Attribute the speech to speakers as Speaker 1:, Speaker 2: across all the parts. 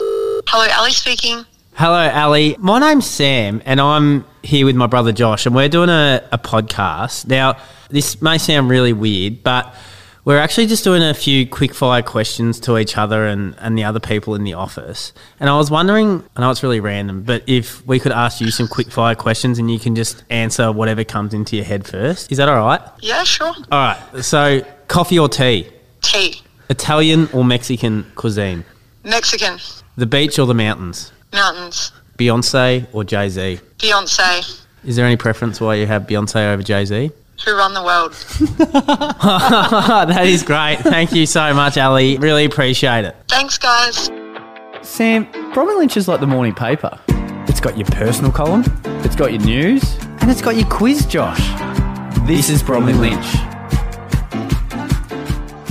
Speaker 1: Hello, Ali speaking.
Speaker 2: Hello, Ali. My name's Sam, and I'm here with my brother Josh, and we're doing a, a podcast. Now, this may sound really weird, but we're actually just doing a few quick fire questions to each other and, and the other people in the office. And I was wondering, I know it's really random, but if we could ask you some quick fire questions and you can just answer whatever comes into your head first. Is that all right?
Speaker 1: Yeah, sure.
Speaker 2: All right. So, coffee or tea?
Speaker 1: Tea.
Speaker 2: Italian or Mexican cuisine?
Speaker 1: Mexican.
Speaker 2: The beach or the mountains?
Speaker 1: Mountains.
Speaker 2: Beyonce or Jay Z?
Speaker 1: Beyonce.
Speaker 2: Is there any preference why you have Beyonce over Jay Z?
Speaker 1: Who run the world?
Speaker 2: Oh, that is great. Thank you so much, Ali. Really appreciate it.
Speaker 1: Thanks, guys.
Speaker 3: Sam, Bromwell Lynch is like the morning paper. It's got your personal column, it's got your news, and it's got your quiz, Josh. This, is Bromley Lynch.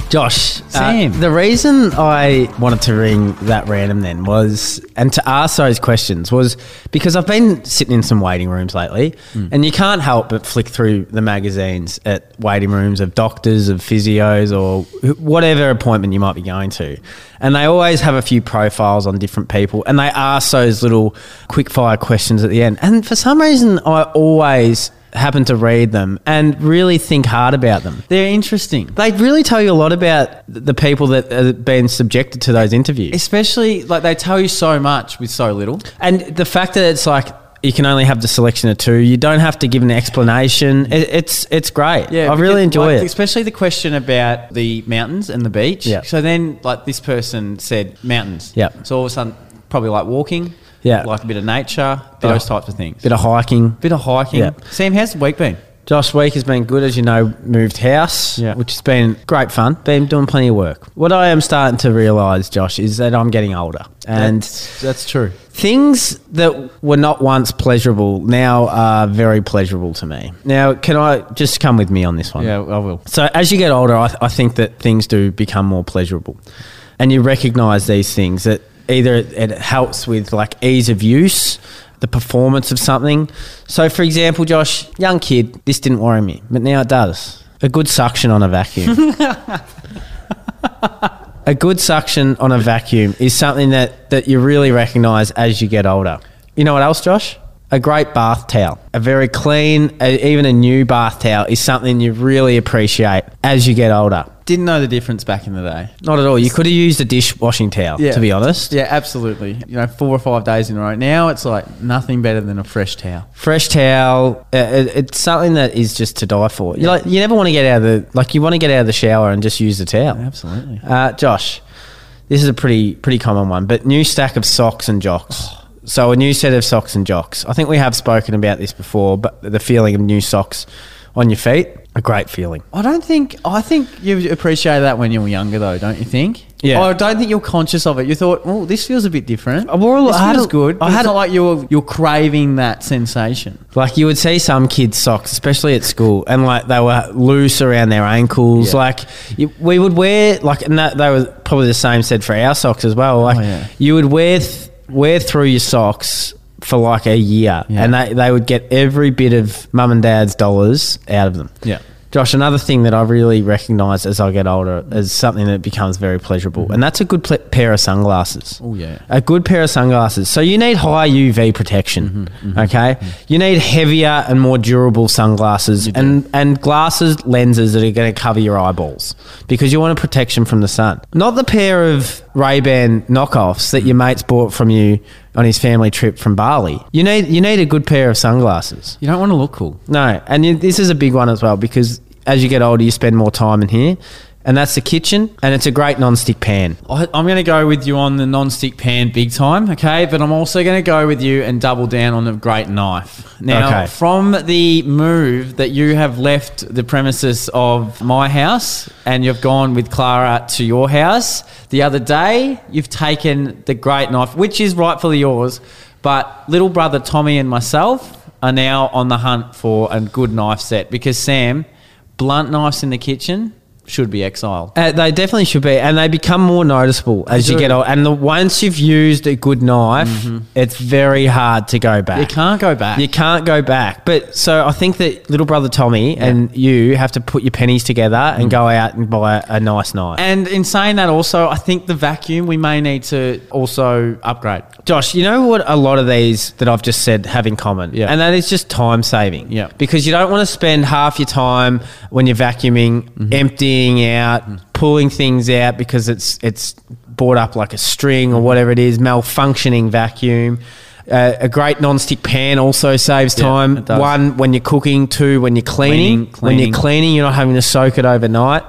Speaker 2: Josh, uh,
Speaker 3: Sam.
Speaker 2: the reason I wanted to ring that random then was, and to ask those questions was because I've been sitting in some waiting rooms lately, and you can't help but flick through the magazines at waiting rooms of doctors, of physios, or wh- whatever appointment you might be going to. And they always have a few profiles on different people, and they ask those little quick fire questions at the end. And for some reason, I always happen to read them and really think hard about them. They're interesting. They really tell you a lot about th- the people that are being subjected to those interviews.
Speaker 3: Especially, like, they tell you so much with so little.
Speaker 2: and the fact that it's like you can only have the selection of two. You don't have to give an explanation. It, it's it's great. I really
Speaker 3: because,
Speaker 2: enjoy
Speaker 3: like,
Speaker 2: it.
Speaker 3: Especially the question about the mountains and the beach.
Speaker 2: Yeah.
Speaker 3: So then, like, this person said mountains.
Speaker 2: Yeah.
Speaker 3: So all of a sudden, probably like walking.
Speaker 2: Yeah.
Speaker 3: Like a bit of nature,
Speaker 2: Bit of-
Speaker 3: those types of things.
Speaker 2: Bit of hiking.
Speaker 3: Bit of hiking.
Speaker 2: Yeah.
Speaker 3: Sam, how's the week been?
Speaker 2: Josh Week has been good, as you know, moved house,
Speaker 3: Yeah.
Speaker 2: which has been great fun. Been doing plenty of work. What I am starting to realise, Josh, is that I'm getting older. And
Speaker 3: that's, that's true.
Speaker 2: Things that were not once pleasurable now are very pleasurable to me. Now, can I just come with me on this one?
Speaker 3: Yeah, I will.
Speaker 2: So, as you get older, I, I think that things do become more pleasurable, and you recognise these things that either it, it helps with like ease of use, the performance of something. So, for example, Josh, young kid, this didn't worry me, but now it does. A good suction on a vacuum. a good suction on a vacuum is something that, that you really recognize as you get older. You know what else, Josh? A great bath towel, a very clean, a, even a new bath towel is something you really appreciate as you get older.
Speaker 3: Didn't know the difference back in the day.
Speaker 2: Not at all. You could have used a dishwashing towel,
Speaker 3: Yeah.
Speaker 2: to be honest.
Speaker 3: Yeah, absolutely. You know, four or five days in a row. Now it's like nothing better than a fresh towel.
Speaker 2: Fresh towel, uh, it, it's something that is just to die for. You like, you never want to get out of the like you want to get out of the shower and just use the towel.
Speaker 3: Absolutely.
Speaker 2: Uh, Josh, this is a pretty pretty common one, but new stack of socks and jocks.
Speaker 3: Oh.
Speaker 2: So a new set of socks and jocks. I think we have spoken about this before, but the feeling of new socks on your feet, a great feeling.
Speaker 3: I don't think. I think you appreciate that when you were younger, though, don't you think?
Speaker 2: Yeah.
Speaker 3: I don't think you're conscious of it. You thought, oh, this feels a bit different.
Speaker 2: I wore a lot-
Speaker 3: This
Speaker 2: I had
Speaker 3: feels
Speaker 2: a-
Speaker 3: good.
Speaker 2: I
Speaker 3: I
Speaker 2: had
Speaker 3: had it's
Speaker 2: a-
Speaker 3: not like you're you're craving that sensation.
Speaker 2: Like you would see some kids' socks, especially at school, and like they were loose around their ankles.
Speaker 3: Yeah.
Speaker 2: Like you, we would wear like, and that, they were probably the same said for our socks as well. Like
Speaker 3: Oh, yeah.
Speaker 2: you would wear th- wear through your socks for like a year,
Speaker 3: Yeah.
Speaker 2: and they they would get every bit of mum and dad's dollars out of them.
Speaker 3: Yeah.
Speaker 2: Josh, another thing that I really recognise as I get older is something that becomes very pleasurable,
Speaker 3: Mm-hmm.
Speaker 2: and that's a good pl- pair of sunglasses.
Speaker 3: Oh, yeah.
Speaker 2: a good pair of sunglasses. So you need high UV protection,
Speaker 3: Mm-hmm,
Speaker 2: okay? You need heavier and more durable sunglasses, and and glasses lenses that are going to cover your eyeballs because you want a protection from the sun. Not the pair of Ray Ban knockoffs that your mates bought from you on his family trip from Bali. You need you need a good pair of sunglasses.
Speaker 3: You don't want to look cool.
Speaker 2: No, and you- this is a big one as well because as you get older, you spend more time in here, and that's the kitchen, and it's a great non-stick pan.
Speaker 3: I, I'm going to go with you on the non-stick pan big time, okay? But I'm also going to go with you and double down on the great knife. Now,
Speaker 2: Okay.
Speaker 3: from the move that you have left the premises of my house and you've gone with Clara to your house the other day, you've taken the great knife, which is rightfully yours, but little brother Tommy and myself are now on the hunt for a good knife set because Sam, blunt knives in the kitchen should be exiled.
Speaker 2: Uh, they definitely should be, and they become more noticeable as you
Speaker 3: do. Mm-hmm.
Speaker 2: get old. And the, once you've used a good knife, it's very hard to go back.
Speaker 3: You can't go back.
Speaker 2: You can't go back. But so I think that little brother Tommy and you have to put your pennies together
Speaker 3: Mm.
Speaker 2: and go out and buy a nice knife.
Speaker 3: and in saying that, also, I think the vacuum we may need to also upgrade.
Speaker 2: Josh, you know what a lot of these that I've just said have in common?
Speaker 3: Yeah.
Speaker 2: And that is just time saving.
Speaker 3: Yeah.
Speaker 2: Because you don't want to spend half your time when you're vacuuming,
Speaker 3: Mm-hmm.
Speaker 2: emptying out, pulling things out because it's it's bought up like a string
Speaker 3: Mm-hmm.
Speaker 2: or whatever it is, malfunctioning vacuum. Uh, a great nonstick pan also saves
Speaker 3: Yeah,
Speaker 2: time.
Speaker 3: it does.
Speaker 2: One, when you're cooking. Two, when you're cleaning.
Speaker 3: Cleaning,
Speaker 2: When
Speaker 3: cleaning. Mm-hmm.
Speaker 2: you're cleaning, you're not having to soak it overnight.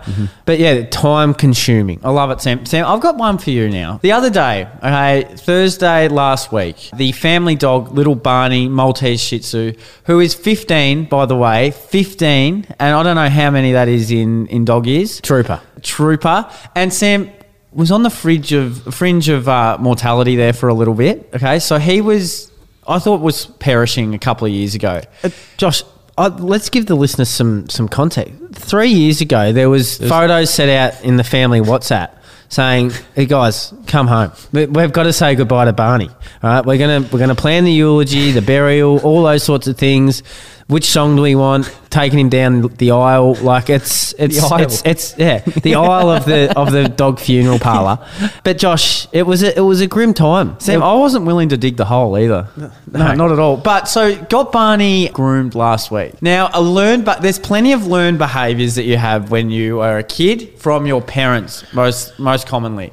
Speaker 2: But yeah, time consuming.
Speaker 3: I love it, Sam. Sam, I've got one for you now. The other day, okay, Thursday last week, the family dog, little Barney Maltese Shih Tzu, who is 15, by the way, 15, and I don't know how many that is in, in dog years.
Speaker 2: Trooper.
Speaker 3: Trooper. And Sam was on the fringe of fringe of uh, mortality there for a little bit. Okay, so he was, I thought, was perishing a couple of years ago.
Speaker 2: Uh, Josh, I, let's give the listeners some some context. Three years ago, there was photos set out in the family WhatsApp saying, "Hey guys, come home. We, we've got to say goodbye to Barney. All right, we're gonna we're gonna plan the eulogy, the burial, all those sorts of things. Which song do we want? Taking him down the aisle, like it's it's
Speaker 3: aisle.
Speaker 2: it's, it's yeah, the aisle of the of the dog funeral parlor. But Josh, it was a, it was a grim time.
Speaker 3: Sam, I wasn't willing to dig the hole either. No, not at all. But so got Barney groomed last week. Now, a learned but there's plenty of learned behaviors that you have when you are a kid from your parents most most commonly.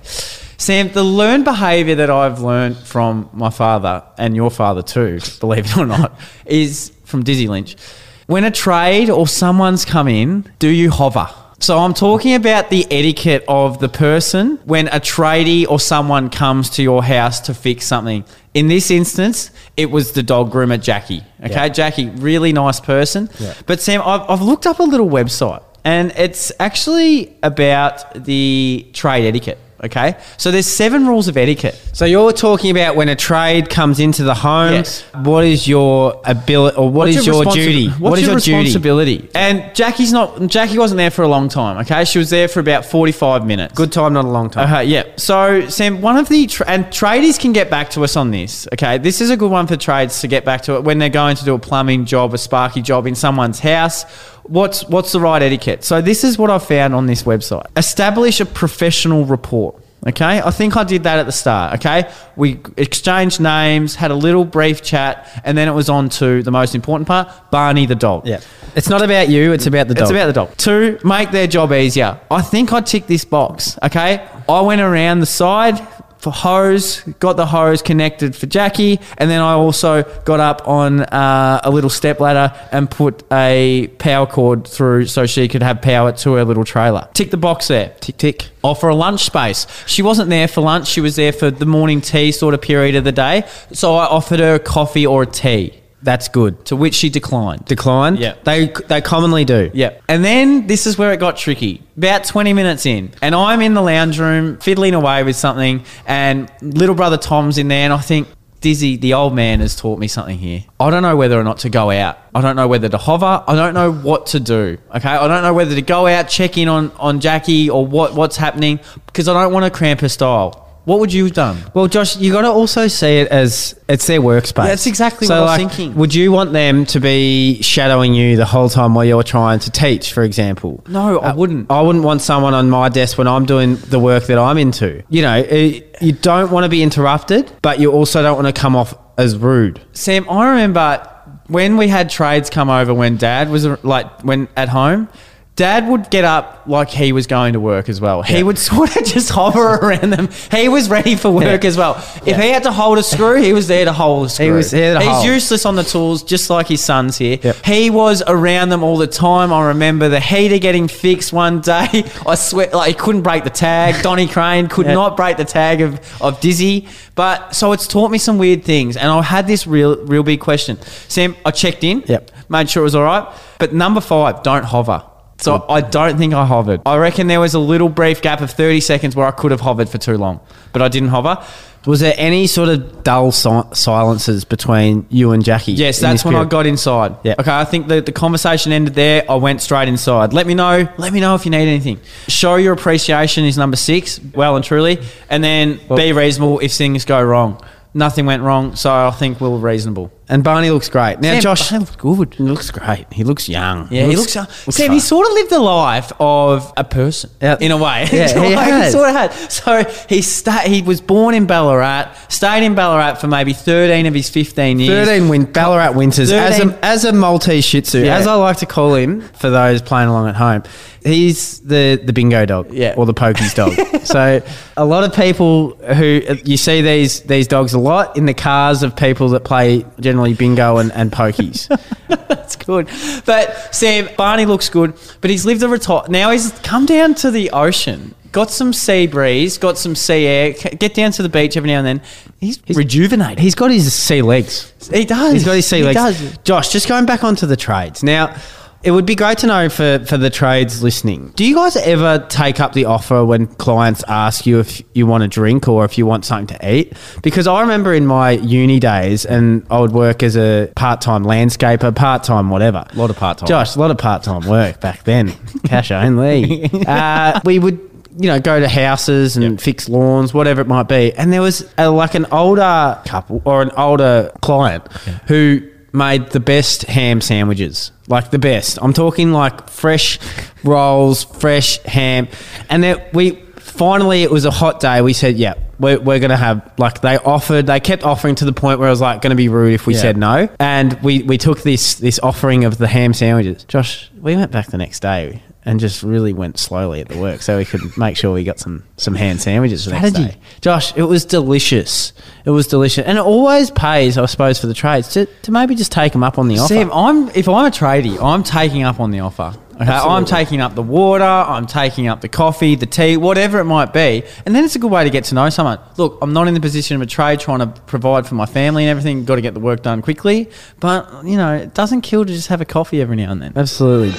Speaker 3: Sam, the learned behavior that I've learned from my father and your father too, believe it or not, is from Dizzy Lynch. When a trade or someone's come in, do you hover? So I'm talking about the etiquette of the person when a tradie or someone comes to your house to fix something. In this instance, it was the dog groomer Jackie. Okay,
Speaker 2: Yeah.
Speaker 3: Jackie, really nice person.
Speaker 2: Yeah.
Speaker 3: But Sam, I've, I've looked up a little website, and it's actually about the trade etiquette. Okay, so there's seven rules of etiquette.
Speaker 2: So you're talking about when a trade comes into the home.
Speaker 3: Yes.
Speaker 2: What is your ability, or What's your,
Speaker 3: responsi-
Speaker 2: duty?
Speaker 3: What's
Speaker 2: What is
Speaker 3: your,
Speaker 2: your duty?
Speaker 3: responsibility? And Jackie's not. Jackie wasn't there for a long time. Okay, she was there for about 45 minutes.
Speaker 2: Good time, not a long time.
Speaker 3: Okay, yeah. So, Sam, one of the tra- and tradies can get back to us on this. Okay, this is a good one for trades to get back to it when they're going to do a plumbing job, a sparky job in someone's house. What's what's the right etiquette? So, this is what I found on this website: establish a professional rapport. Okay, I think I did that at the start. Okay, we exchanged names, had a little brief chat, and then it was on to the most important part: Barney the dog.
Speaker 2: Yeah. It's not about you. It's about the dog.
Speaker 3: It's about the dog. Two, make their job easier. I think I ticked this box. Okay, I went around the side for hose, got the hose connected for Jackie, and then I also got up on uh, a little step ladder and put a power cord through so she could have power to her little trailer. Tick the box there. Tick tick. Or for a lunch space. She wasn't there for lunch. She was there for the morning tea sort of period of the day. So I offered her a coffee or a tea,
Speaker 2: That's good.
Speaker 3: to which she declined.
Speaker 2: Decline.
Speaker 3: Yeah.
Speaker 2: They they commonly do.
Speaker 3: Yeah. And then this is where it got tricky. About 20 minutes in, and I'm in the lounge room fiddling away with something, and little brother Tom's in there, and I think, Dizzy, the old man, has taught me something here. I don't know whether or not to go out. I don't know whether to hover. I don't know what to do. Okay. I don't know whether to go out, check in on, on Jackie or what, what's happening because I don't want to cramp her style. What would you have done?
Speaker 2: Well, Josh, you got to also see it as it's their workspace.
Speaker 3: That's exactly what I was thinking.
Speaker 2: Would you want them to be shadowing you the whole time while you're trying to teach, for example? Uh,
Speaker 3: No, I wouldn't.
Speaker 2: I wouldn't want someone on my desk when I'm doing the work that I'm into. You know, it, you don't want to be interrupted, but you also don't want to come off as rude.
Speaker 3: Sam, I remember when we had trades come over when Dad was uh, like when at home. Dad would get up like he was going to work as well. He
Speaker 2: Yeah.
Speaker 3: would sort of just hover around them. He was ready for work
Speaker 2: Yeah.
Speaker 3: as well. If he had to hold a screw, he was there to hold a screw.
Speaker 2: was there to
Speaker 3: He's
Speaker 2: hold.
Speaker 3: useless on the tools, just like his sons here.
Speaker 2: Yep.
Speaker 3: He was around them all the time. I remember the heater getting fixed one day. I swear, like he couldn't break the tag. Donnie Crane could
Speaker 2: Yeah.
Speaker 3: not not break the tag of, of Dizzy. But so it's taught me some weird things. And I had this real, real big question. Sam, I checked in,
Speaker 2: Yep.
Speaker 3: made sure it was all right. But number five, don't hover.
Speaker 2: So I don't think I hovered. I reckon there was a little brief gap of 30 seconds where I could have hovered for too long, but I didn't hover.
Speaker 3: Was there any sort of dull si- silences between you and Jackie?
Speaker 2: Yes,
Speaker 3: in
Speaker 2: that's
Speaker 3: this
Speaker 2: when I
Speaker 3: period?
Speaker 2: got inside.
Speaker 3: Yeah.
Speaker 2: Okay, I think the, the conversation ended there. I went straight inside. Let me know. Let me know if you need anything. Show your appreciation is number six, well and truly. And then be reasonable if things go wrong. Nothing went wrong, so I think we're reasonable.
Speaker 3: And Barney looks great. Now,
Speaker 2: Sam,
Speaker 3: Josh.
Speaker 2: Barney
Speaker 3: good. He looks great. He looks young.
Speaker 2: Yeah, he looks. uh, Sam, he
Speaker 3: fine.
Speaker 2: sort of lived the life of a person
Speaker 3: Yeah.
Speaker 2: in a way.
Speaker 3: Yeah,
Speaker 2: So
Speaker 3: he has.
Speaker 2: sort of had. So he sta- He was born in Ballarat, stayed in Ballarat for maybe thirteen of his fifteen years.
Speaker 3: 13 win- Ballarat winters as
Speaker 2: 13
Speaker 3: a as a Maltese Shih Tzu,
Speaker 2: Yeah.
Speaker 3: as I like to call him for those playing along at home. He's the the bingo dog,
Speaker 2: Yeah.
Speaker 3: or the pokies dog. so a lot of people who you see these these dogs a lot in the cars of people that play generally bingo and, and pokies.
Speaker 2: That's good. But Sam Barney looks good, but he's lived a retire. Now he's come down to the ocean, got some sea breeze, got some sea air. c- Get down to the beach every now and then. He's, rejuvenated.
Speaker 3: He's got his sea legs.
Speaker 2: he does.
Speaker 3: He's got his sea
Speaker 2: He
Speaker 3: legs.
Speaker 2: does.
Speaker 3: Josh, just going back onto the trades. Now, it would be great to know for, for the trades listening. Do you guys ever take up the offer when clients ask you if you want a drink or if you want something to eat? Because I remember in my uni days, and I would work as a part time landscaper, part time whatever. A
Speaker 2: Lot of part-time.
Speaker 3: Josh, a lot of part time work back then. Cash only. Uh, we would you know, go to houses and fix lawns, whatever it might be. And there was a, like an older couple or an older client who made the best ham sandwiches, like the best. I'm talking like fresh rolls, fresh ham. And then we finally, it was a hot day. We said, yeah, we're, we're going to have, like, they offered, they kept offering to the point where it was like going to be rude if we
Speaker 2: Yeah.
Speaker 3: said no. And we, we took this, this offering of the ham sandwiches. Josh, we went back the next day and just really went slowly at the work so we could make sure we got some some hand sandwiches the next
Speaker 2: Strategy.
Speaker 3: day. Josh, it was delicious. It was delicious, and it always pays, I suppose, for the trades to, to maybe just take them up on the offer.
Speaker 2: Sam, I'm if I'm a tradie, I'm taking up on the offer. Okay, I'm
Speaker 3: Absolutely.
Speaker 2: taking up the water, I'm taking up the coffee, the tea, whatever it might be. And then it's a good way to get to know someone. Look, I'm not in the position of a trade trying to provide for my family and everything, got to get the work done quickly. But, you know, it doesn't kill to just have a coffee every now and then.
Speaker 3: Absolutely.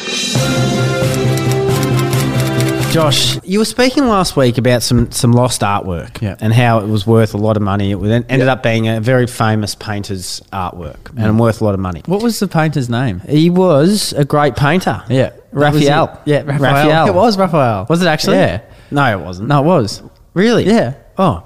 Speaker 3: Josh, you were speaking last week about some, some lost artwork
Speaker 2: Yeah.
Speaker 3: and how it was worth a lot of money. It was- ended up being a very famous painter's artwork and worth a lot of money.
Speaker 2: Mm. What was the painter's name?
Speaker 3: He was a great painter.
Speaker 2: Yeah.
Speaker 3: Raphael.
Speaker 2: Yeah, Raphael. It was Raphael.
Speaker 3: Was it actually?
Speaker 2: Yeah.
Speaker 3: No, it wasn't.
Speaker 2: No, it was.
Speaker 3: Really?
Speaker 2: Yeah.
Speaker 3: Oh.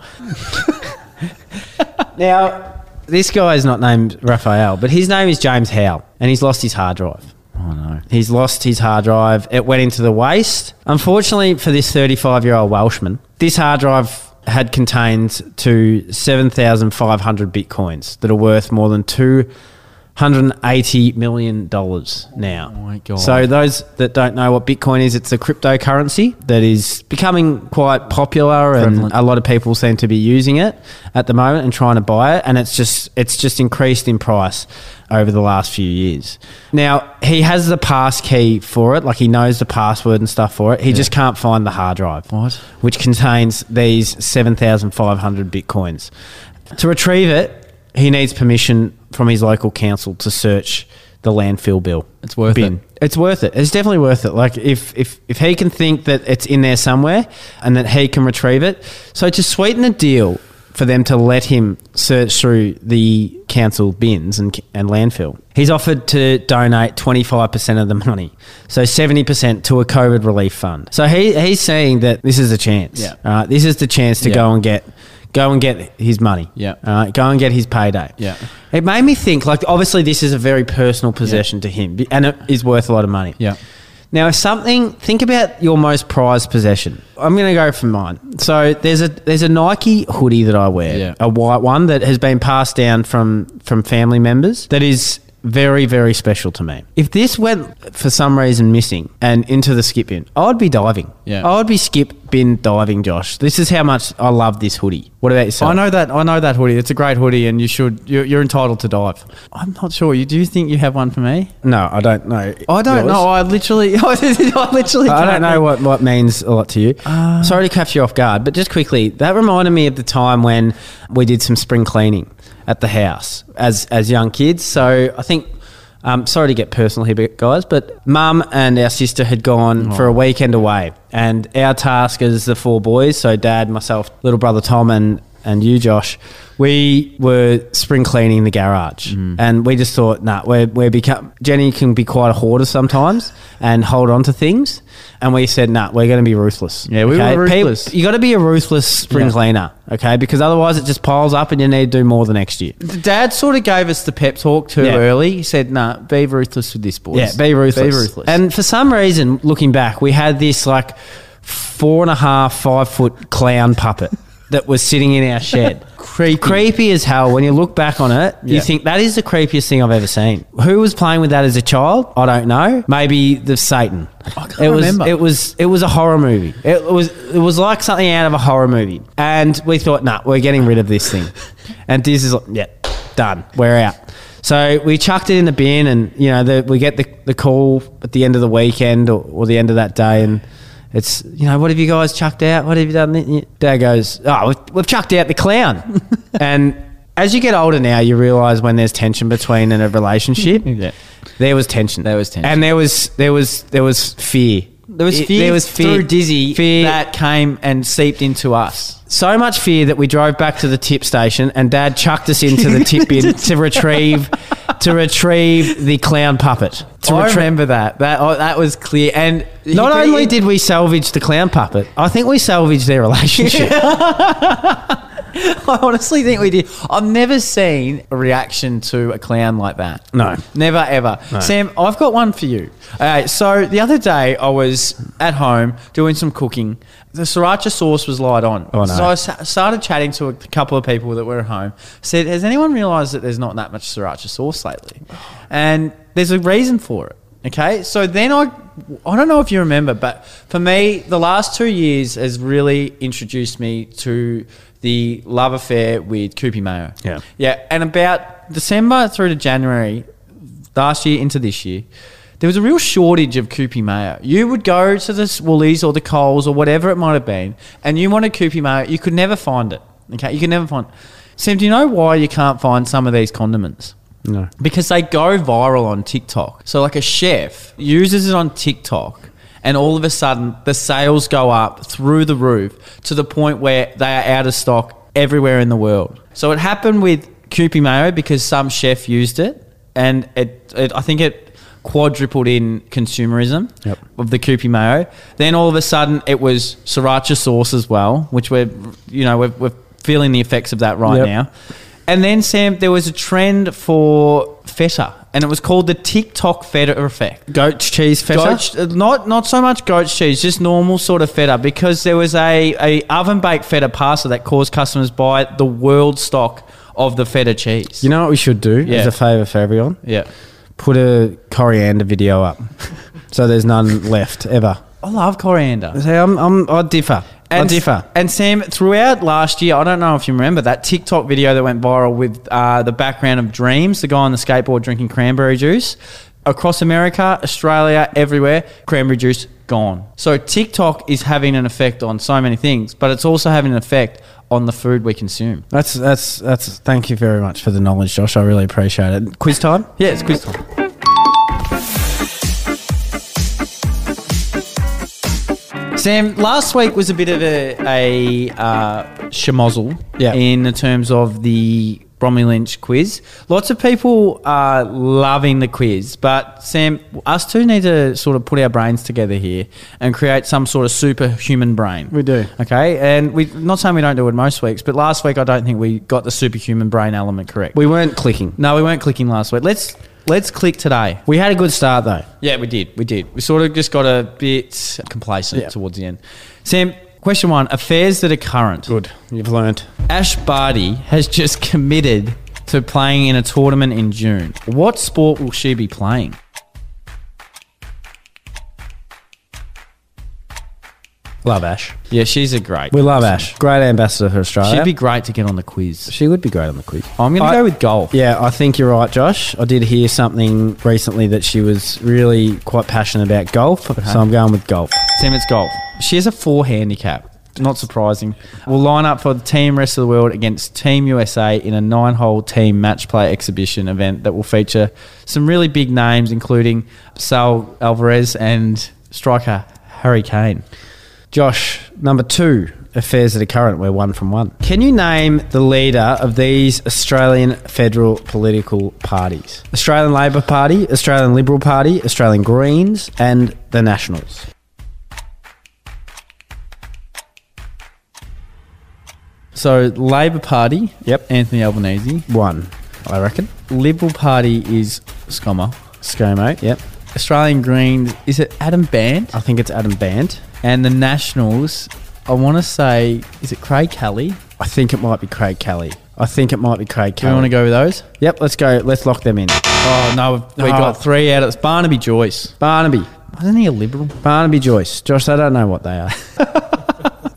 Speaker 3: now, this guy is not named Raphael, but his name is James Howe, and he's lost his hard drive.
Speaker 2: Oh, no.
Speaker 3: He's lost his hard drive. It went into the waste. Unfortunately for this 35 year old Welshman, this hard drive had contained to 7,500 bitcoins that are worth more than $280 million now.
Speaker 2: Oh my God.
Speaker 3: So, those that don't know what Bitcoin is, it's a cryptocurrency that is becoming quite popular and
Speaker 2: Prevalent.
Speaker 3: a lot of people seem to be using it at the moment and trying to buy it and it's just it's just increased in price over the last few years. Now, he has the pass key for it, like he knows the password and stuff for it. He just can't find the hard drive.
Speaker 2: What?
Speaker 3: Which contains these 7,500 bitcoins. To retrieve it, he needs permission from his local council to search the landfill bill.
Speaker 2: It's worth it.
Speaker 3: It's worth it. It's definitely worth it. Like if if if he can think that it's in there somewhere and that he can retrieve it. So to sweeten the deal for them to let him search through the council bins and and landfill. He's offered to donate 25% of the money. So 70% to a COVID relief fund. So he he's saying that this is a chance.
Speaker 2: Yeah.
Speaker 3: Uh, this is the chance to
Speaker 2: Yeah.
Speaker 3: go and get go and get his money.
Speaker 2: Yeah.
Speaker 3: Uh, go and get his payday.
Speaker 2: Yeah.
Speaker 3: It made me think, like, obviously, this is a very personal possession to him be- and it is worth a lot of money.
Speaker 2: Yeah.
Speaker 3: Now, if something, think about your most prized possession. I'm going to go for mine. So there's a there's a Nike hoodie that I wear,
Speaker 2: Yeah.
Speaker 3: a white one that has been passed down from from family members. That is very very special to me. If this went for some reason missing and into the skip bin, I'd be diving.
Speaker 2: Yeah.
Speaker 3: I'd be skip bin diving, Josh. This is how much I love this hoodie. What about yourself?
Speaker 2: I know that. I know that hoodie. It's a great hoodie, and you should. You're, you're entitled to dive. I'm not sure. You do you think you have one for me?
Speaker 3: No, I don't know.
Speaker 2: I don't
Speaker 3: Yours?
Speaker 2: know. I literally, I literally.
Speaker 3: I
Speaker 2: can't
Speaker 3: don't know what, what means a lot to you. Sorry to catch you off guard, but just quickly, that reminded me of the time when we did some spring cleaning at the house as as young kids. So I think
Speaker 2: Um, sorry to get personal here, but guys, but mum and our sister had gone for a weekend away, and our task as the four boys, so dad, myself, little brother Tom, and and you, Josh, we were spring cleaning the garage,
Speaker 3: Mm.
Speaker 2: and we just thought, nah, we're we're become Jenny can be quite a hoarder sometimes and hold on to things, and we said, nah, we're going to be ruthless.
Speaker 3: Yeah, we were
Speaker 2: Pe-
Speaker 3: ruthless.
Speaker 2: you got to be a ruthless spring
Speaker 3: Yeah.
Speaker 2: cleaner, okay? Because otherwise, it just piles up, and you need to do more the next year.
Speaker 3: Dad sort of gave us the pep talk too
Speaker 2: Yeah.
Speaker 3: early. He said, "Nah, be ruthless with this, boys.
Speaker 2: Yeah, be ruthless.
Speaker 3: Be ruthless."
Speaker 2: And for some reason, looking back, we had this like four and a half, five foot clown puppet that was sitting in our shed.
Speaker 3: Creepy.
Speaker 2: Creepy as hell. When you look back on it,
Speaker 3: Yeah.
Speaker 2: you think that is the creepiest thing I've ever seen. Who was playing with that as a child? I don't know. Maybe the Satan.
Speaker 3: I can't
Speaker 2: it was,
Speaker 3: remember.
Speaker 2: It was it was a horror movie. It was it was like something out of a horror movie. And we thought, nah, we're getting rid of this thing. and this is like, yeah, done. We're out. So we chucked it in the bin, and you know the, we get the, the call at the end of the weekend or, or the end of that day, and it's you know what have you guys chucked out? What have you done? Th- Dad goes, oh, we've, we've chucked out the clown. and as you get older now, you realise when there's tension between in a relationship,
Speaker 3: Yeah.
Speaker 2: there was tension.
Speaker 3: There was tension.
Speaker 2: and there was there was there was fear.
Speaker 3: there was
Speaker 2: It-
Speaker 3: fear.
Speaker 2: There was fear.
Speaker 3: through Dizzy
Speaker 2: Fear.
Speaker 3: that came and seeped into us.
Speaker 2: so much fear that we drove back to the tip station, and Dad chucked us into the tip bin to retrieve to retrieve the clown puppet. To
Speaker 3: I
Speaker 2: retrieve.
Speaker 3: remember that. That oh, that was clear. And he
Speaker 2: Not
Speaker 3: could-
Speaker 2: only did we salvage the clown puppet, I think we salvaged their relationship.
Speaker 3: I honestly think we did. I've never seen a reaction to a clown like that.
Speaker 2: No.
Speaker 3: Never ever. Sam, I've got one for you. Okay, so the other day I was at home doing some cooking. The sriracha sauce was light on.
Speaker 2: Oh, no.
Speaker 3: So I sa- started chatting to a couple of people that were at home. Said, Has anyone realised that there's not that much sriracha sauce lately? And there's a reason for it. Okay, so then I, I don't know if you remember, but for me, the last two years has really introduced me to the love affair with Koopy Mayo.
Speaker 2: Yeah.
Speaker 3: Yeah, and about December through to January, last year into this year, there was a real shortage of Koopy Mayo. You would go to the Woolies or the Coles or whatever it might have been, and you wanted Koopy Mayo, you could never find it. Okay, you could never find it. Sam, do you know why you can't find some of these condiments?
Speaker 2: No.
Speaker 3: Because they go viral on TikTok. So, like a chef uses it on TikTok, and all of a sudden the sales go up through the roof to the point where they are out of stock everywhere in the world. So, it happened with Koopy Mayo because some chef used it, and it, it I think it quadrupled in consumerism
Speaker 2: Yep.
Speaker 3: of the Koopy Mayo. Then all of a sudden it was sriracha sauce as well, which we're, you know, we're, we're feeling the effects of that right
Speaker 2: Yep.
Speaker 3: now. And then Sam, there was a trend for feta, and it was called the TikTok feta effect.
Speaker 2: Goat cheese feta.
Speaker 3: Goat, ch- uh, not not so much goat cheese, just normal sort of feta. Because there was a, a oven baked feta pasta that caused customers to buy the world stock of the feta cheese.
Speaker 2: You know what we should do
Speaker 3: Yeah.
Speaker 2: as a favour for everyone?
Speaker 3: yeah,
Speaker 2: Put a coriander video up, so there's none left ever.
Speaker 3: I love coriander.
Speaker 2: See, I'm, I'm I differ.
Speaker 3: And,
Speaker 2: I differ.
Speaker 3: and Sam, throughout last year, I don't know if you remember that TikTok video that went viral with uh, the background of dreams, the guy on the skateboard drinking cranberry juice. Across America, Australia, everywhere, cranberry juice gone. So TikTok is having an effect on so many things, but it's also having an effect on the food we consume.
Speaker 2: That's that's that's. Thank you very much for the knowledge, Josh. I really appreciate it. Quiz time.
Speaker 3: Yeah, it's quiz time. Sam, last week was a bit of a, a uh, schmozzle
Speaker 2: Yeah.
Speaker 3: in the terms of the Bromley Lynch quiz. Lots of people are loving the quiz, but Sam, us two need to sort of put our brains together here and create some sort of superhuman brain.
Speaker 2: We do.
Speaker 3: Okay, and we not saying we don't do it most weeks, but last week I don't think we got the superhuman brain element correct.
Speaker 2: We weren't clicking.
Speaker 3: No, we weren't clicking last week. Let's let's click today.
Speaker 2: We had a good start though.
Speaker 3: Yeah, we did. We did. We sort of just got a bit complacent
Speaker 2: Yeah.
Speaker 3: towards the end. Sam, question one: affairs that are current.
Speaker 2: Good. You've learned.
Speaker 3: Ash Barty has just committed to playing in a tournament in June. What sport will she be playing?
Speaker 2: Love Ash.
Speaker 3: Yeah, she's a great.
Speaker 2: We love Ash. Great ambassador for Australia.
Speaker 3: She'd be great to get on the quiz.
Speaker 2: she would be great on the quiz.
Speaker 3: I'm going
Speaker 2: I-
Speaker 3: to go with golf.
Speaker 2: Yeah, I think you're right, Josh. I did hear something recently that she was really quite passionate about golf, so I'm going with golf.
Speaker 3: Sam, it's golf. She has a four handicap. Not surprising. We'll line up for the team rest of the world against Team USA in a nine hole team match play exhibition event that will feature some really big names, including Sal Alvarez and striker Harry Kane.
Speaker 2: Josh, number two, affairs that are current. We're one from one. Can you name the leader of these Australian federal political parties? Australian Labor Party, Australian Liberal Party, Australian Greens, and the Nationals.
Speaker 3: So, Labor Party,
Speaker 2: Yep.
Speaker 3: Anthony Albanese.
Speaker 2: One, I reckon.
Speaker 3: Liberal Party is Scommer.
Speaker 2: ScoMo, yep.
Speaker 3: Australian Greens, is it Adam Band?
Speaker 2: I think it's Adam Band.
Speaker 3: And the Nationals, I want to say, is it Craig Kelly?
Speaker 2: I think it might be Craig Kelly. I think it might be Craig
Speaker 3: Do we
Speaker 2: Kelly.
Speaker 3: want to go with those?
Speaker 2: Yep, let's go. Let's lock them in.
Speaker 3: Oh, no, we've- we
Speaker 2: Oh.
Speaker 3: got three out. It's Barnaby Joyce.
Speaker 2: Barnaby.
Speaker 3: Wasn't he a liberal?
Speaker 2: Barnaby Joyce. Josh, I don't know what they are.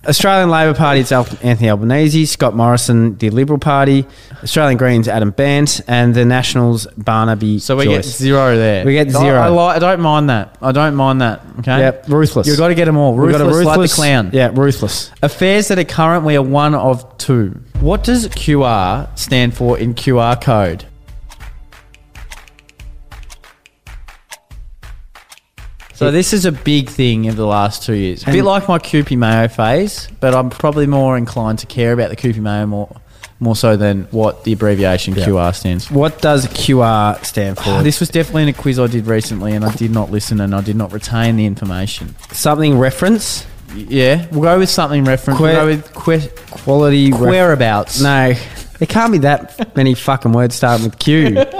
Speaker 2: Australian Labor Party, it's Al- Anthony Albanese, Scott Morrison, the Liberal Party, Australian Greens, Adam Bant, and the Nationals, Barnaby
Speaker 3: So we get
Speaker 2: Joyce.
Speaker 3: zero there.
Speaker 2: We get
Speaker 3: I-
Speaker 2: zero.
Speaker 3: I, li- I don't mind that. I don't mind that. Okay.
Speaker 2: Yep, ruthless.
Speaker 3: You've got to get them all.
Speaker 2: We've
Speaker 3: Ruthless, like the clown.
Speaker 2: Yeah, ruthless.
Speaker 3: Affairs that are current, we are one of two. What does QR stand for in QR code? So this is a big thing of the last two years. A bit
Speaker 2: And-
Speaker 3: like my Koopy Mayo phase, but I'm probably more inclined to care about the Koopy Mayo more, more so than what the abbreviation QR stands for.
Speaker 2: What does QR stand for?
Speaker 3: Ah, This was definitely in a quiz I did recently, and I did not listen and I did not retain the information.
Speaker 2: Something reference?
Speaker 3: Yeah, we'll go with something reference.
Speaker 2: Que-
Speaker 3: we'll go with que-
Speaker 2: Quality ref-
Speaker 3: whereabouts.
Speaker 2: No, there can't be that many fucking words starting with Q.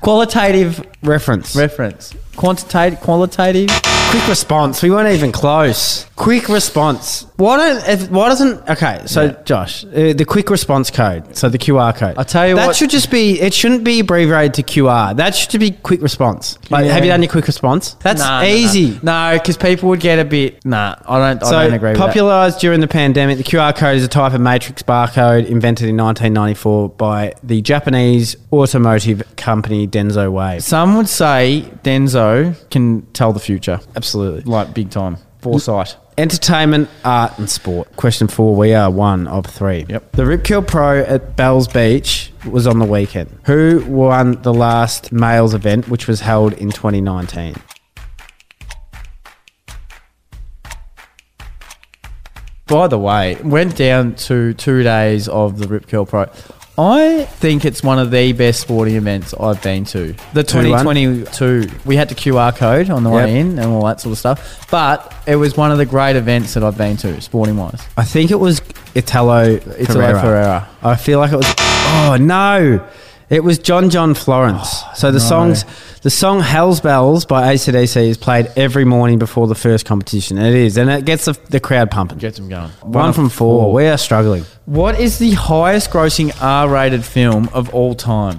Speaker 3: Qualitative
Speaker 2: reference.
Speaker 3: reference. Quantitative, qualitative.
Speaker 2: Quick response. We weren't even close. Quick response. Why don't? If, why doesn't? Okay. So,
Speaker 3: Yeah.
Speaker 2: Josh, uh, the quick response code. So the QR code.
Speaker 3: I'll tell you
Speaker 2: that
Speaker 3: what-
Speaker 2: should just be. It shouldn't be abbreviated to QR. That should be quick response. Like, have you
Speaker 3: Yeah.
Speaker 2: done your quick response? That's
Speaker 3: Nah, nah,
Speaker 2: easy.
Speaker 3: nah. No, because people would get a bit. Nah, I don't. I don't agree.
Speaker 2: So,
Speaker 3: With
Speaker 2: popularized during the pandemic, the QR code is a type of matrix barcode invented in 1994 by the Japanese automotive company Denso
Speaker 3: that.
Speaker 2: Wave.
Speaker 3: Some would say Denzo can tell the future,
Speaker 2: Absolutely.
Speaker 3: like big time foresight.
Speaker 2: Entertainment, art, and sport. Question four. We are one of three.
Speaker 3: Yep.
Speaker 2: The Rip Curl Pro at Bells Beach was on the weekend. Who won the last males event, which was held in 2019?
Speaker 3: By the way, went down to two days of the Rip Curl Pro. I think it's one of the best sporting events I've been to. The
Speaker 2: Who won?
Speaker 3: 2022. We had to QR code on the
Speaker 2: Yep.
Speaker 3: way in and all that sort of stuff. But it was one of the great events that I've been to, sporting wise.
Speaker 2: I think it was Italo Italo
Speaker 3: Italo Ferreira.
Speaker 2: I feel like it was. Oh no, it was John John Florence. so the
Speaker 3: no.
Speaker 2: songs, the song "Hell's Bells" by ACDC is played every morning before the first competition. It is, and it gets the, the crowd pumping.
Speaker 3: Get them going.
Speaker 2: One, from four. We are struggling.
Speaker 3: What is the highest grossing R rated film of all time?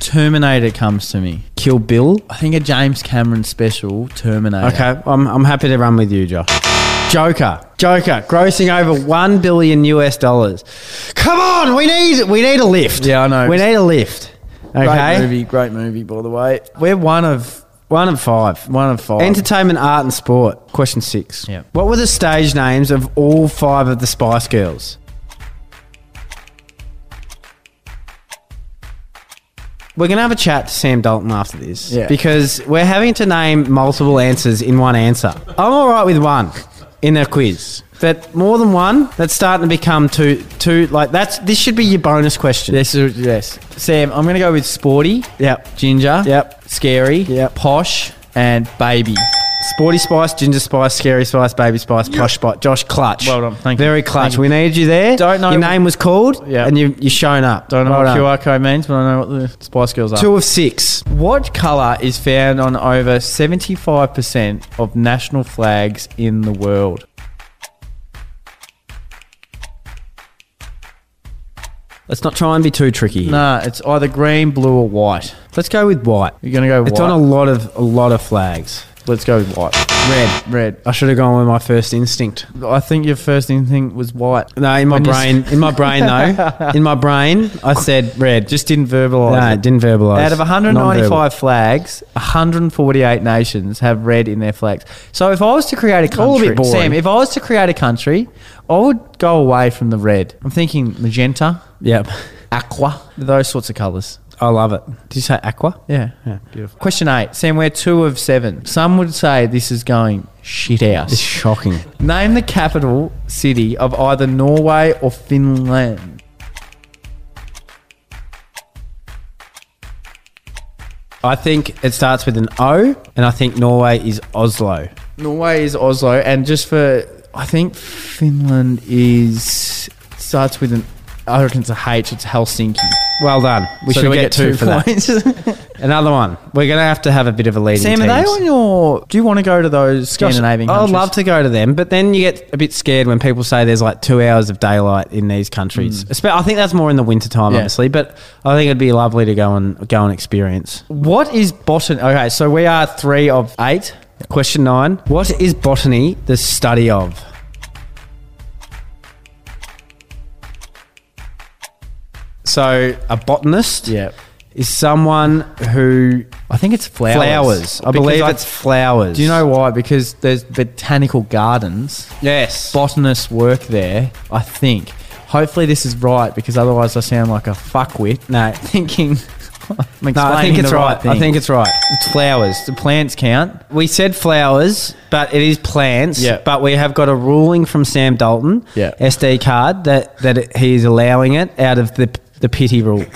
Speaker 3: Terminator comes to me.
Speaker 2: Kill Bill.
Speaker 3: I think a James Cameron special, Terminator.
Speaker 2: Okay, I'm, I'm happy to run with you, Josh. Joker, Joker, grossing over one billion US dollars. Come on, we need we need a lift.
Speaker 3: Yeah, I know.
Speaker 2: We need a lift. Okay,
Speaker 3: Great movie, great movie, by the way. We're one of
Speaker 2: one and five.
Speaker 3: one of five.
Speaker 2: Entertainment, art, and sport. Question six.
Speaker 3: Yep.
Speaker 2: What were the stage names of all five of the Spice Girls? We're going to have a chat to Sam Dalton after this
Speaker 3: Yeah.
Speaker 2: because we're having to name multiple answers in one answer. I'm all right with one in a quiz, but more than one, that's starting to become too, too, like, that's, this should be your bonus question.
Speaker 3: yes, uh, yes. Sam, I'm going to go with Sporty,
Speaker 2: Yep.
Speaker 3: Ginger,
Speaker 2: Yep.
Speaker 3: Scary,
Speaker 2: Yep.
Speaker 3: Posh, and Baby.
Speaker 2: Sporty Spice, Ginger Spice, Scary Spice, Baby Spice, Posh Spice, Josh Clutch.
Speaker 3: Well done. Thank you.
Speaker 2: Very clutch.
Speaker 3: Thank you.
Speaker 2: We needed you there.
Speaker 3: Don't know-
Speaker 2: Your name was called
Speaker 3: Yeah.
Speaker 2: and you, you shown up.
Speaker 3: Don't know
Speaker 2: Well
Speaker 3: what
Speaker 2: done.
Speaker 3: QR code means, but I know what the Spice Girls are.
Speaker 2: Two of six.
Speaker 3: What colour is found on over 75% of national flags in the world?
Speaker 2: Let's not try and be too tricky. here.
Speaker 3: Nah, it's either green, blue, or white.
Speaker 2: Let's go with white.
Speaker 3: You're going to go
Speaker 2: It's on
Speaker 3: white.
Speaker 2: a lot of a lot of flags.
Speaker 3: Let's go with white. Red. Red.
Speaker 2: I should have gone with my first instinct.
Speaker 3: I think your first instinct was white.
Speaker 2: No, in my
Speaker 3: When you
Speaker 2: brain, in my brain though, in my brain, I said red.
Speaker 3: Just didn't verbalise.
Speaker 2: no,
Speaker 3: it.
Speaker 2: it didn't verbalize.
Speaker 3: Out of 195 flags, 148 nations have red in their flags. So if I was to create a country,
Speaker 2: All a bit boring.
Speaker 3: Sam, if I was to create a country, I would go away from the red. I'm thinking magenta,
Speaker 2: Yep,
Speaker 3: aqua, those sorts of colours.
Speaker 2: I love it. Did you say aqua?
Speaker 3: Yeah.
Speaker 2: Yeah.
Speaker 3: Beautiful. Question eight. Sam, we're two of seven. Some would say this is going shit
Speaker 2: It's
Speaker 3: house.
Speaker 2: shocking.
Speaker 3: Name the capital city of either Norway or Finland.
Speaker 2: I think it starts with an O, and I think Norway is Oslo.
Speaker 3: Norway is Oslo, and just for I think Finland is starts with an I reckon it's a H. It's Helsinki.
Speaker 2: Well done. We
Speaker 3: So do
Speaker 2: should get, two, for that.
Speaker 3: points.
Speaker 2: Another one. We're going to have to have a bit of a leading
Speaker 3: Sam,
Speaker 2: teams.
Speaker 3: are they on your? Do you want to go to those Scandinavian?
Speaker 2: I'd
Speaker 3: countries?
Speaker 2: love to go to them, but then you get a bit scared when people say there's like two hours of daylight in these countries. Espe- I think that's more in the wintertime,
Speaker 3: Hmm. Yeah.
Speaker 2: obviously, but I think it'd be lovely to go and go and experience.
Speaker 3: What is botany? Okay, so we are three of eight.
Speaker 2: Question nine: What is botany the study of? So a botanist is someone who
Speaker 3: I think it's flowers.
Speaker 2: flowers. I
Speaker 3: Because
Speaker 2: believe it's flowers.
Speaker 3: Do you know why? Because there's botanical gardens.
Speaker 2: Yes.
Speaker 3: Botanists work there. I think. Hopefully this is right because otherwise I sound like a fuckwit.
Speaker 2: no.
Speaker 3: thinking. I'm
Speaker 2: No, I
Speaker 3: explaining
Speaker 2: think it's
Speaker 3: the
Speaker 2: right. I
Speaker 3: thing.
Speaker 2: think it's right.
Speaker 3: it's flowers. The plants count.
Speaker 2: We said flowers, but it is plants.
Speaker 3: Yeah.
Speaker 2: But we have got a ruling from Sam Dalton,
Speaker 3: Yeah.
Speaker 2: SD card, that, that he is allowing it out of the, the pity rule.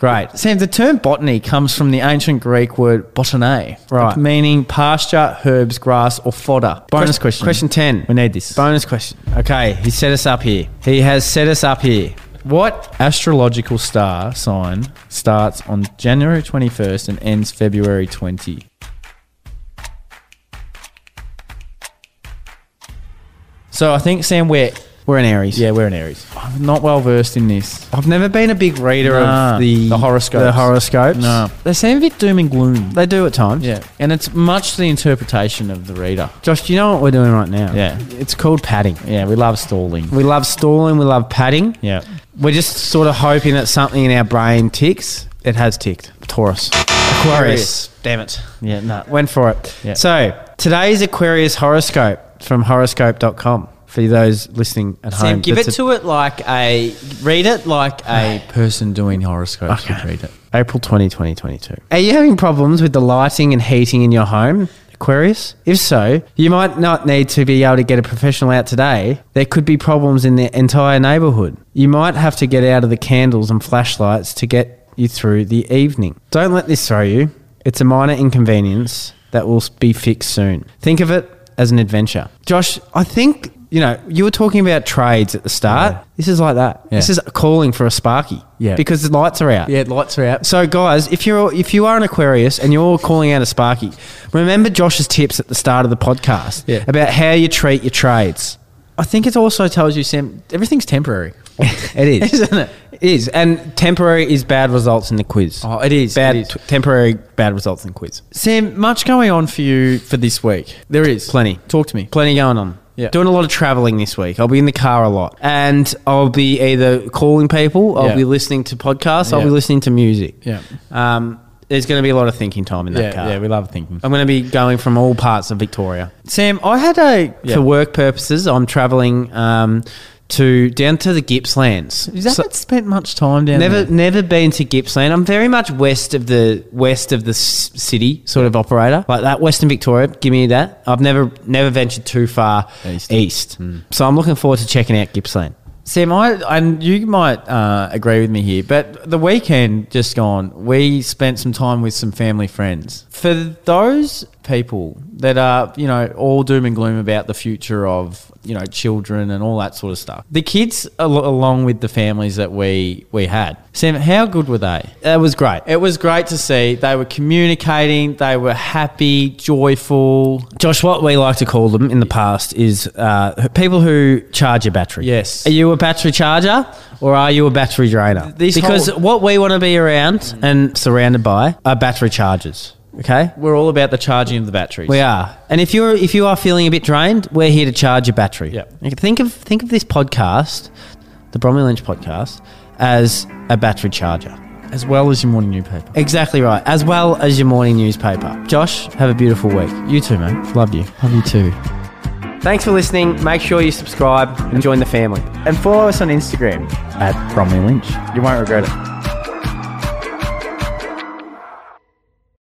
Speaker 2: Great.
Speaker 3: Sam, the term botany comes from the ancient Greek word botane,
Speaker 2: Right.
Speaker 3: meaning pasture, herbs, grass, or fodder. Bonus question.
Speaker 2: Question 10.
Speaker 3: We need this.
Speaker 2: Bonus question. Okay, he set us up here. He has set us up here.
Speaker 3: what astrological star sign starts on January 21st and ends February 20? So I think Sam, we're
Speaker 2: We're in Aries.
Speaker 3: yeah, we're in Aries. I'm not well versed in this.
Speaker 2: I've never been a big reader
Speaker 3: Nah,
Speaker 2: of the,
Speaker 3: the horoscopes.
Speaker 2: The horoscopes.
Speaker 3: they seem a bit doom and gloom.
Speaker 2: They do at times.
Speaker 3: Yeah, and it's much the interpretation of the reader.
Speaker 2: Josh, do you know what we're doing right now?
Speaker 3: Yeah.
Speaker 2: It's called padding.
Speaker 3: Yeah, we love stalling.
Speaker 2: We love stalling. We love padding.
Speaker 3: Yeah.
Speaker 2: We're just sort of hoping that something in our brain ticks. It has ticked. Taurus. Aquarius. Damn it.
Speaker 3: Yeah, no.
Speaker 2: Went for it.
Speaker 3: Yeah.
Speaker 2: So today's Aquarius horoscope from horoscope.com for those listening at home. That's
Speaker 3: to it like a read it like a person doing horoscopes would read it.
Speaker 2: April 20, 2022. Are you having problems with the lighting and heating in your home? Aquarius? If so, you might not need to be able to get a professional out today. There could be problems in the entire neighborhood. You might have to get out of the candles and flashlights to get you through the evening. Don't let this throw you. It's a minor inconvenience that will be fixed soon. Think of it as an adventure. Josh, I think, you know, you were talking about trades at the start. This is like that.
Speaker 3: Yeah.
Speaker 2: This is calling for a sparky.
Speaker 3: Yeah.
Speaker 2: Because the lights are out.
Speaker 3: Yeah, lights are out.
Speaker 2: So, guys, if you're if you are an Aquarius and you're calling out a Sparky, remember Josh's tips at the start of the podcast
Speaker 3: Yeah.
Speaker 2: about how you treat your trades.
Speaker 3: I think it also tells you, Sam, everything's temporary.
Speaker 2: It is,
Speaker 3: Isn't it?
Speaker 2: It is, and temporary is bad results in the quiz.
Speaker 3: Oh, it is.
Speaker 2: bad
Speaker 3: it is.
Speaker 2: t- temporary bad results in quiz.
Speaker 3: Sam, much going on for you for this week. There is
Speaker 2: Plenty.
Speaker 3: Talk to me.
Speaker 2: Plenty going on.
Speaker 3: Yeah.
Speaker 2: Doing a lot of traveling this week. I'll be in the car a lot, and I'll be either calling people, I'll
Speaker 3: Yeah.
Speaker 2: be listening to podcasts, I'll
Speaker 3: Yeah.
Speaker 2: be listening to music.
Speaker 3: Yeah.
Speaker 2: Um, there's going to be a lot of thinking time in that car.
Speaker 3: we love thinking.
Speaker 2: I'm going to be going from all parts of Victoria.
Speaker 3: Sam, I had a
Speaker 2: for work purposes. I'm traveling um, to down to the Gippslands.
Speaker 3: You haven't
Speaker 2: So-
Speaker 3: spent much time down
Speaker 2: never
Speaker 3: there.
Speaker 2: never been to Gippsland. I'm very much west of the west of the s- city sort of operator like that. Western Victoria, give me that. I've never never ventured too far
Speaker 3: East. Hmm.
Speaker 2: east, so I'm looking forward to checking out Gippsland.
Speaker 3: Sam, I and you might uh, agree with me here, but the weekend just gone, we spent some time with some family friends. For those people that are, you know, all doom and gloom about the future of, you know, children and all that sort of stuff, the kids al- along with the families that we we had, Sam, how good were they?
Speaker 2: That was great.
Speaker 3: It was great to see. They were communicating. They were happy, joyful.
Speaker 2: Josh, what we like to call them in the past is uh, people who charge your battery.
Speaker 3: Yes.
Speaker 2: Are you a battery charger or are you a battery drainer?
Speaker 3: These
Speaker 2: because
Speaker 3: whole-
Speaker 2: what we want to be around and surrounded by are battery chargers. Okay.
Speaker 3: We're all about the charging of the batteries.
Speaker 2: We are, and if you're if you are feeling a bit drained, we're here to charge your battery.
Speaker 3: Yep.
Speaker 2: You can Think of think of this podcast, the Bromley Lynch podcast, as a battery charger.
Speaker 3: as well as your morning newspaper.
Speaker 2: Exactly right, as well as your morning newspaper. Josh, have a beautiful week. You too, man. Love you.
Speaker 3: Love you too.
Speaker 2: Thanks for listening. Make sure you subscribe and join the family, and follow us on Instagram.
Speaker 3: At Bromley Lynch.
Speaker 2: You won't regret it.